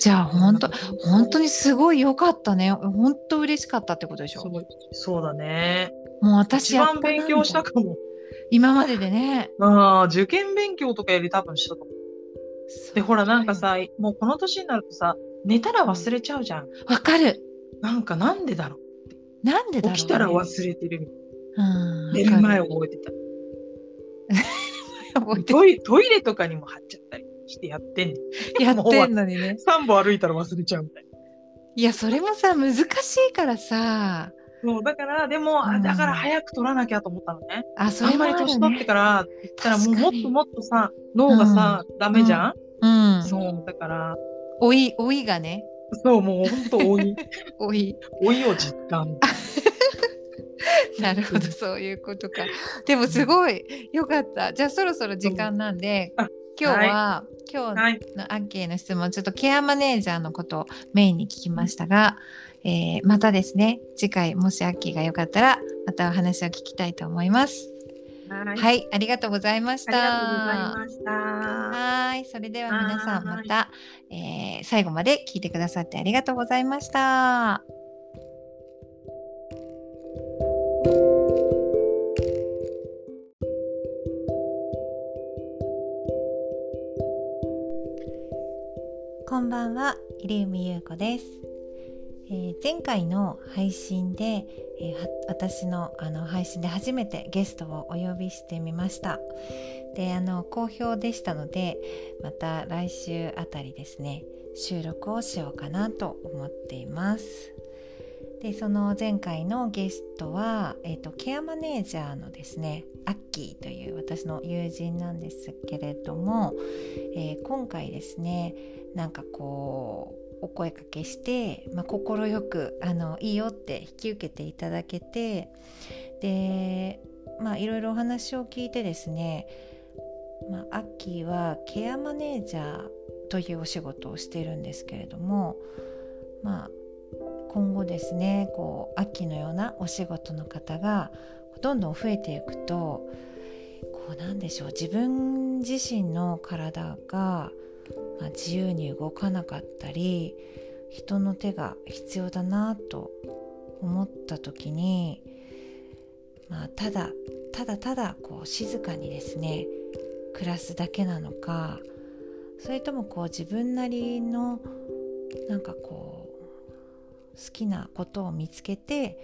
[SPEAKER 1] じゃあほんと本当にすごい良かったね本当嬉しかったってことでしょ
[SPEAKER 2] そうそうだね。
[SPEAKER 1] もう私
[SPEAKER 2] 一
[SPEAKER 1] やっ
[SPEAKER 2] 番
[SPEAKER 1] となんだ
[SPEAKER 2] 勉強したかも。
[SPEAKER 1] 今まででね
[SPEAKER 2] ああ、受験勉強とかより多分したと思う。で、ほらなんかさ、もうこの年になるとさ、寝たら忘れちゃうじゃん。
[SPEAKER 1] わかる
[SPEAKER 2] なんかなんでだろ
[SPEAKER 1] なんで
[SPEAKER 2] う。
[SPEAKER 1] だろう、ね、
[SPEAKER 2] 起きたら忘れてるみたい
[SPEAKER 1] うん
[SPEAKER 2] な。寝る前
[SPEAKER 1] わか
[SPEAKER 2] 覚えてた。
[SPEAKER 1] る覚えて
[SPEAKER 2] トイトイレとかにも貼っちゃったりしてやってんねん
[SPEAKER 1] やってんのにね
[SPEAKER 2] 3歩歩いたら忘れちゃうみたいな。
[SPEAKER 1] いやそれもさ難しいからさ
[SPEAKER 2] そうだから、でも、
[SPEAKER 1] う
[SPEAKER 2] あ
[SPEAKER 1] ん
[SPEAKER 2] だから早く取らなきゃと思ったのね。
[SPEAKER 1] あそ
[SPEAKER 2] あ
[SPEAKER 1] れ
[SPEAKER 2] ん
[SPEAKER 1] も
[SPEAKER 2] ま
[SPEAKER 1] あ
[SPEAKER 2] り
[SPEAKER 1] る
[SPEAKER 2] 年取って
[SPEAKER 1] ね
[SPEAKER 2] から、言ったらも
[SPEAKER 1] 確
[SPEAKER 2] うも
[SPEAKER 1] か
[SPEAKER 2] っ
[SPEAKER 1] に
[SPEAKER 2] ともっとさ、脳がさ、ダメじゃん、
[SPEAKER 1] うん
[SPEAKER 2] そう、だから、
[SPEAKER 1] 老い老いがね
[SPEAKER 2] そう、もうほんと老い、
[SPEAKER 1] 老 い
[SPEAKER 2] 老いを実感。
[SPEAKER 1] なるほどそういうことかでもすごいよかったじゃあそろそろ時間なんで
[SPEAKER 2] うんあ
[SPEAKER 1] 今日 は、今日の
[SPEAKER 2] はい。
[SPEAKER 1] のアッキーの質問ちょっとケアマネージャーのことをメインに聞きましたが、えーまたですね次回もしアッキーがよかったらまたお話を聞きたいと思います。
[SPEAKER 2] は
[SPEAKER 1] はい、
[SPEAKER 2] い。
[SPEAKER 1] ありがとうございまし
[SPEAKER 2] あ
[SPEAKER 1] た。
[SPEAKER 2] りがとうございました。
[SPEAKER 1] はいそれでは皆さん
[SPEAKER 2] は
[SPEAKER 1] ま
[SPEAKER 2] ーい
[SPEAKER 1] た、えー最後まで聞いてくださってありがとうございました。こんばんは、入海優子です、えー前回の配信で、えーは私のあの配信で初めてゲストをお呼びしてみました。で、あの好評でしたので、また来週あたりですね、収録をしようかなと思っています。で、その前回のゲストは、えっ、とケアマネージャーのですね、アッキーという私の友人なんですけれども、えー今回ですね、なんかこうお声かけして快、まあ、快くあのいいよって引き受けていただけてでまあいろいろお話を聞いてですね、まあ、アッキーはケアマネージャーというお仕事をしてるんですけれどもまあ今後ですねこうアッキーのようなお仕事の方がどんどん増えていくとこうなんでしょう自分自身の体がまあ、自由に動かなかったり人の手が必要だなと思った時に、まあ、ただただただこう静かにですね暮らすだけなのかそれともこう自分なりのなんかこう好きなことを見つけて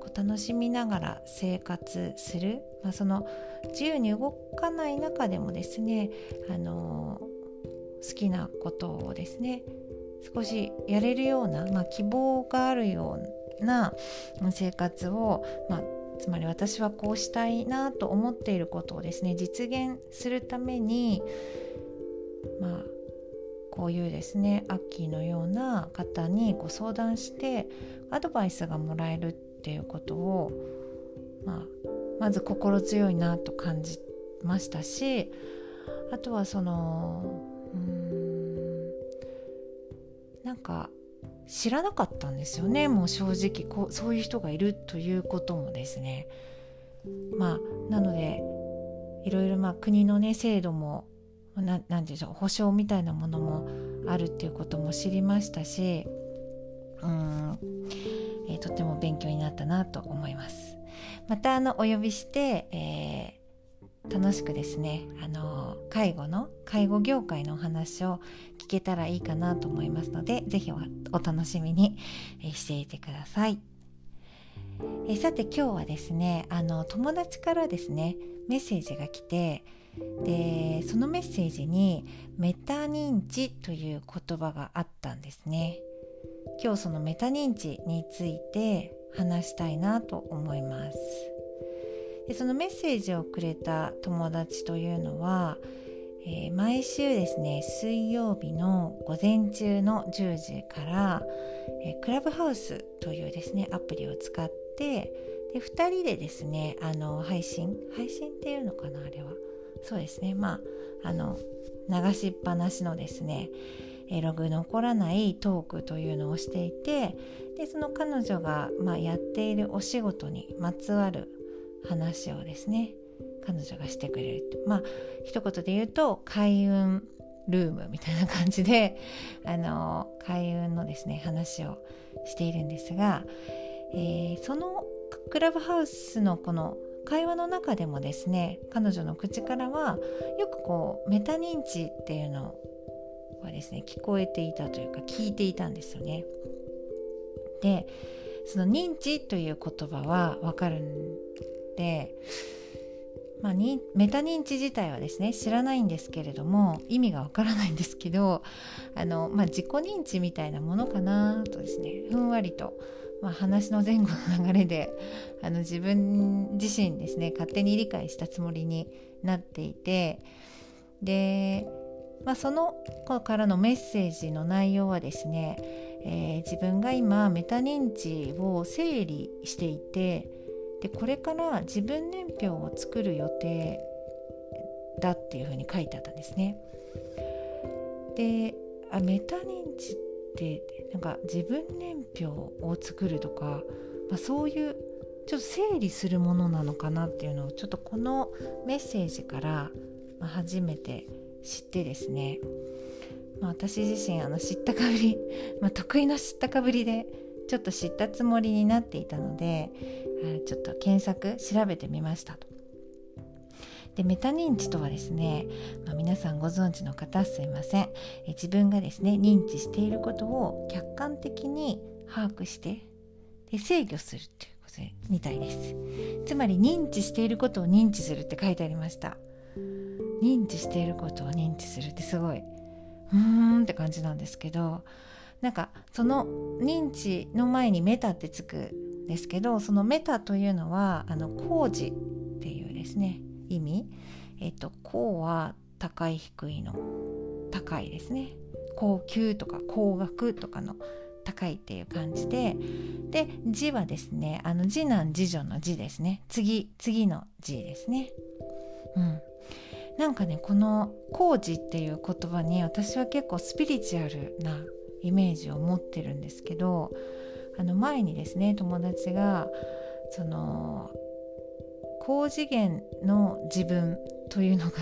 [SPEAKER 1] こう楽しみながら生活する、まあ、その自由に動かない中でもですねあの好きなことをですね少しやれるような、まあ、希望があるようなうん生活を、まあ、つまり私はこうしたいなと思っていることをですね実現するためにまあこういうですねアッキーのような方にご相談してアドバイスがもらえるっていうことを、まあ、まず心強いなと感じましたしあとはそのうーんなんか知らなかったんですよねもう正直こうそういう人がいるということもですねまあなのでいろいろまあ国のね制度もななんて言うんでしょう保障みたいなものもあるっていうことも知りましたしうーん、えーとても勉強になったなと思います。またあのお呼びして、えー楽しくですねあの介護の介護業界のお話を聞けたらいいかなと思いますのでぜひおお楽しみにえーしていてください。えーさて今日はですねあの友達からですねメッセージが来てでそのメッセージにメタ認知という言葉があったんですね。今日そのメタ認知について話したいなと思いますでそのメッセージをくれた友達というのは、えー毎週ですね水曜日の午前中の10時から、えークラブハウスというですねアプリを使ってで2人でですねあの配信配信っていうのかなあれはそうですねまああの流しっぱなしのですねえーログ残らないトークというのをしていてでその彼女が、まあ、やっているお仕事にまつわる話をですね彼女がしてくれるまあ一言で言うと開運ルームみたいな感じで あの開運のですね話をしているんですが、えーそのクラブハウスのこの会話の中でもですね彼女の口からはよくこうメタ認知っていうのをはですね聞こえていたというか聞いていたんですよね。でその認知という言葉はわかるんで、まあ、にメタ認知自体はですね知らないんですけれども意味がわからないんですけどあの、まあ、自己認知みたいなものかなとですねふんわりと、まあ、話の前後の流れであの自分自身ですね勝手に理解したつもりになっていてでまあ、その子からのメッセージの内容はですね、えー自分が今メタ認知を整理していてでこれから自分年表を作る予定だっていうふうに書いてあったんですね。であメタ認知ってなんか自分年表を作るとか、まあ、そういうちょっと整理するものなのかなっていうのをちょっとこのメッセージからまあ初めて知ってですね、まあ、私自身あの知ったかぶり、まあ、得意の知ったかぶりでちょっと知ったつもりになっていたのであーちょっと検索調べてみましたと。でメタ認知とはですね、まあ、皆さんご存知の方すいませんえ自分がですね認知していることを客観的に把握してで制御するっていうことみたいですつまり認知していることを認知するって書いてありました認知していることを認知するってすごいうーんって感じなんですけどなんかその認知の前にメタってつくんですけどそのメタというのはあの工事っていうですね意味えっと高は高い低いの高いですね高級とか高額とかの高いっていう感じでで字はですねあの次男次女の字ですね次次の字ですねうんなんかねこの「工事」っていう言葉に私は結構スピリチュアルなイメージを持ってるんですけどあの前にですね友達がその高次元の自分というのが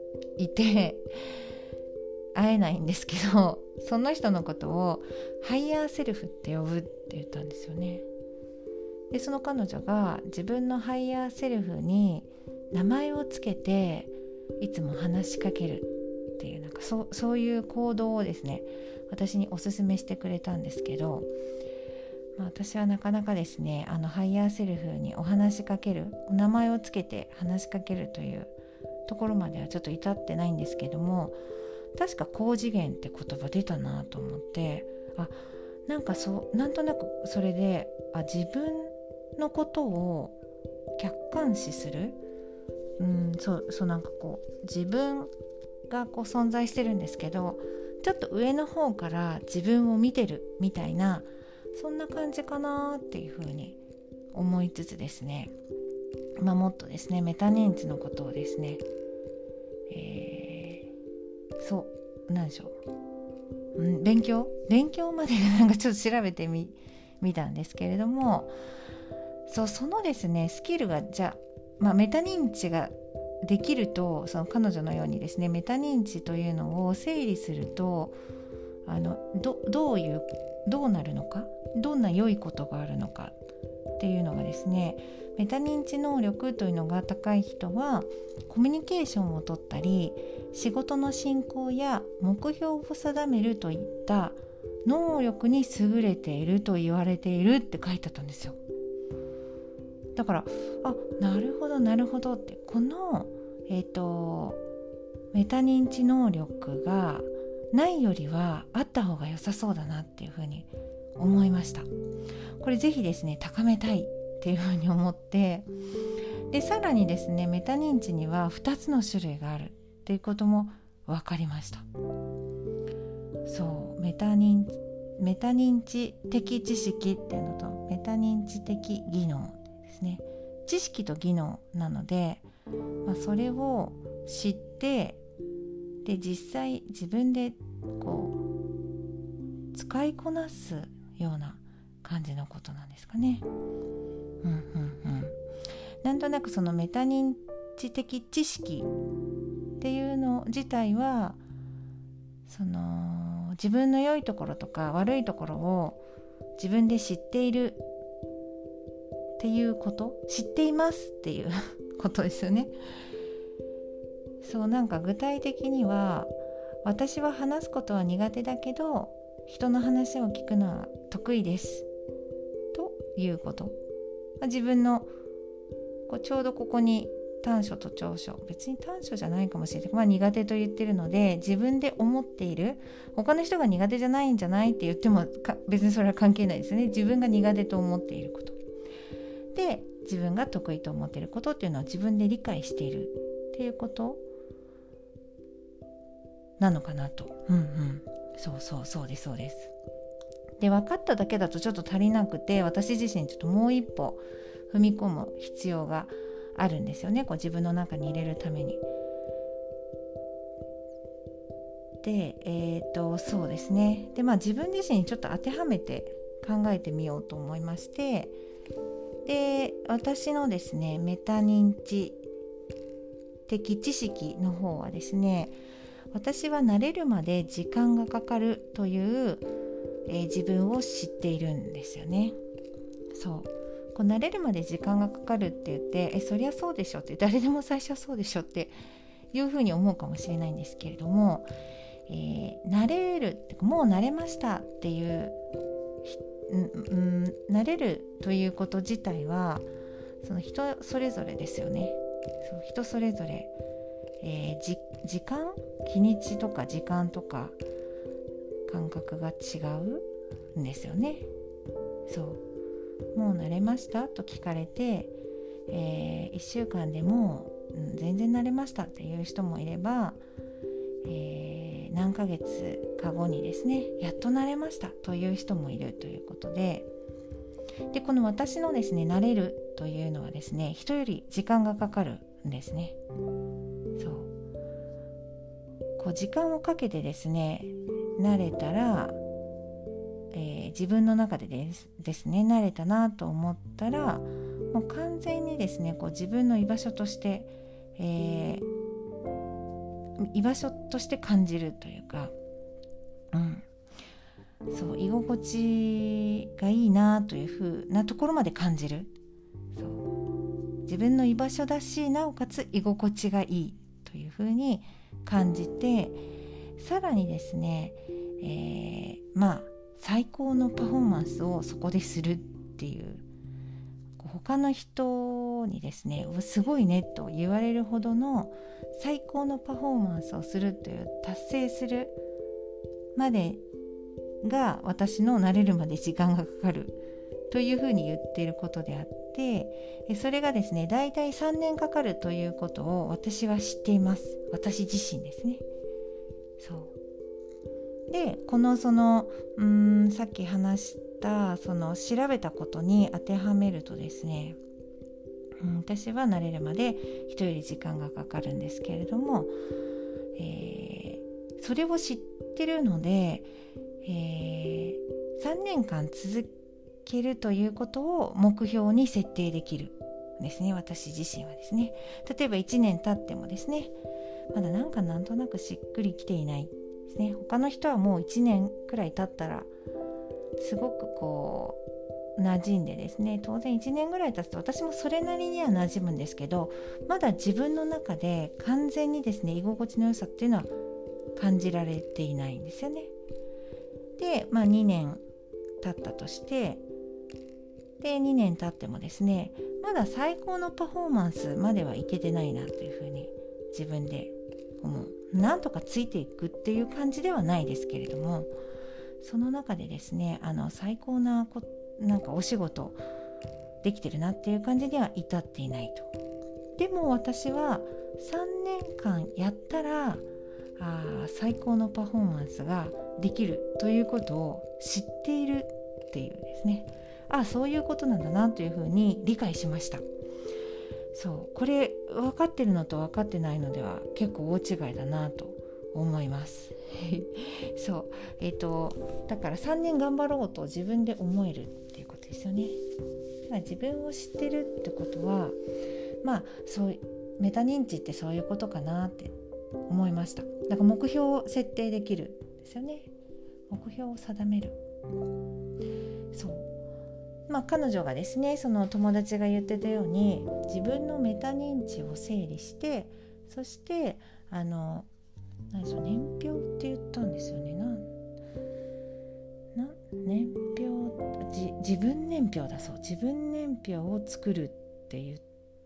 [SPEAKER 1] いて会えないんですけどその人のことをハイヤーセルフって呼ぶって言ったんですよね。でその彼女が自分のハイヤーセルフに名前をつけていつも話しかけるっていうなんかそうそういう行動をですね私におすすめしてくれたんですけど、まあ、私はなかなかですねあのハイヤーセルフにお話しかけるお名前をつけて話しかけるというところまではちょっと至ってないんですけども確か高次元って言葉出たなと思ってあなんかそうなんとなくそれであ自分のことを客観視するうん、そうそうなんかこう自分がこう存在してるんですけどちょっと上の方から自分を見てるみたいなそんな感じかなっていうふうに思いつつですね、まあ、もっとですねメタ認知のことをですね、えーそうなんでしょう、うん、勉強勉強まで なんかちょっと調べてみ見たんですけれどもそうそのですねスキルがじゃあまあ、メタ認知ができるとその彼女のようにですねメタ認知というのを整理するとあのどどういうどうなるのかどんな良いことがあるのかっていうのがですねメタ認知能力というのが高い人はコミュニケーションをとったり仕事の進行や目標を定めるといった能力に優れていると言われているって書いてあったんですよ。だからあなるほどなるほどってこの、えーと、とメタ認知能力がないよりはあった方が良さそうだなっていうふうに思いました。これぜひですね高めたいっていうふうに思ってでさらにですねメタ認知には2つの種類があるっていうことも分かりました。そうメタ認メタ認知的知識っていうのとメタ認知的技能ですね知識と技能なので、まあ、それを知ってで実際自分でこう使いこなすような感じのことなんですかね。うんうんうん、なんとなくそのメタ認知的知識っていうの自体はその自分の良いところとか悪いところを自分で知っているっていうこと知っていますっていう ことですよね。そうなんか具体的には私は話すことは苦手だけど人の話を聞くのは得意ですということ、まあ、自分のこうちょうどここに短所と長所別に短所じゃないかもしれない、まあ、苦手と言ってるので自分で思っている他の人が苦手じゃないんじゃないって言っても別にそれは関係ないですね自分が苦手と思っていることで自分が得意と思っていることっていうのは自分で理解しているっていうことなのかなとうんうんそうそうそうですそうですで分かっただけだとちょっと足りなくて私自身ちょっともう一歩踏み込む必要があるんですよねこう自分の中に入れるために。でえっ、ー、とそうですねでまあ自分自身にちょっと当てはめて考えてみようと思いましてで私のですねメタ認知的知識の方はですね私は慣れるまで時間がかかるという、えー、自分を知っているんですよね。そうこう慣れるまで時間がかかるって言って「えそりゃそうでしょ」って誰でも最初はそうでしょっていうふうに思うかもしれないんですけれども、えー、慣れるもう慣れましたっていう、うん、慣れるということ自体はその人それぞれですよね。そう人それぞれえー、時間日にちとか時間とか感覚が違うんですよね。そうもう慣れましたと聞かれて、えー、1週間でも、うん、全然慣れましたっていう人もいれば、えー、何ヶ月か後にですねやっと慣れましたという人もいるということででこの私のですね慣れるというのはですね人より時間がかかるんですね。そうこう時間をかけてですね慣れたら、えー、自分の中でですですね慣れたなと思ったらもう完全にですねこう自分の居場所として、えー、居場所として感じるというか、うん、そう居心地がいいなというふうなところまで感じる。そう自分の居場所だしなおかつ居心地がいいというふうに感じてさらにですね、えー、まあ最高のパフォーマンスをそこでするっていう他の人にですねすごいねと言われるほどの最高のパフォーマンスをするという達成するまでが私の慣れるまで時間がかかるというふうに言っていることであっててそれがですね大体3年かかるということを私は知っています私自身ですねそうでこのそのうんさっき話したその調べたことに当てはめるとですね、うん、私は慣れるまで人より時間がかかるんですけれども、えー、それを知ってるので、えー、3年間続けけるということを目標に設定できるですね私自身はですね例えば1年経ってもですねまだなんかなんとなくしっくりきていないですね他の人はもう1年くらい経ったらすごくこ馴染んでですね当然1年ぐらい経つと私もそれなりには馴染むんですけどまだ自分の中で完全にですね居心地の良さっていうのは感じられていないんですよね。で、まあ、2年経ったとしてで2年経ってもですねまだ最高のパフォーマンスまではいけてないなというふうに自分で思う。なんとかついていくっていう感じではないですけれどもその中でですねあの最高なこなんかお仕事できてるなっていう感じには至っていないと。でも私は3年間やったらあー最高のパフォーマンスができるということを知っているっていうですねああそういうことなんだなというふうに理解しましたそうこれ分かってるのと分かってないのでは結構大違いだなと思います そうえっ、とだから3年頑張ろうと自分で思えるっていうことですよねだから自分を知ってるってことはまあそうメタ認知ってそういうことかなって思いましただから目標を設定できるんですよね目標を定めるそうまあ彼女がですねその友達が言ってたように自分のメタ認知を整理してそしてあの何でしょう年表って言ったんですよねなんな年表じ自分年表だそう自分年表を作るって言っ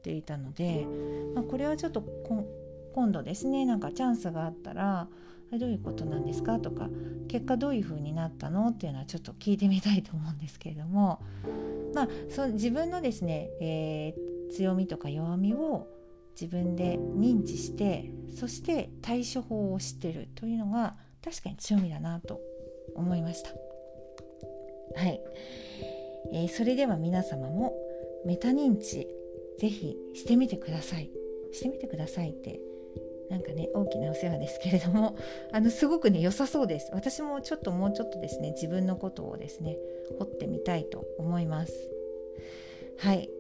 [SPEAKER 1] ていたので、まあ、これはちょっとこん今度ですねなんかチャンスがあったらえどういうことなんですかとか結果どういう風になったのっていうのはちょっと聞いてみたいと思うんですけれどもまあその自分のですね、えー強みとか弱みを自分で認知してそして対処法を知ってるというのが確かに強みだなと思いました。はい、えーそれでは皆様もメタ認知ぜひしてみてください。してみてくださいってなんかね大きなお世話ですけれどもあのすごくね良さそうです私もちょっともうちょっとですね自分のことをですね掘ってみたいと思いますはい、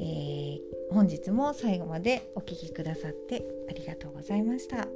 [SPEAKER 1] えー本日も最後までお聞きくださってありがとうございました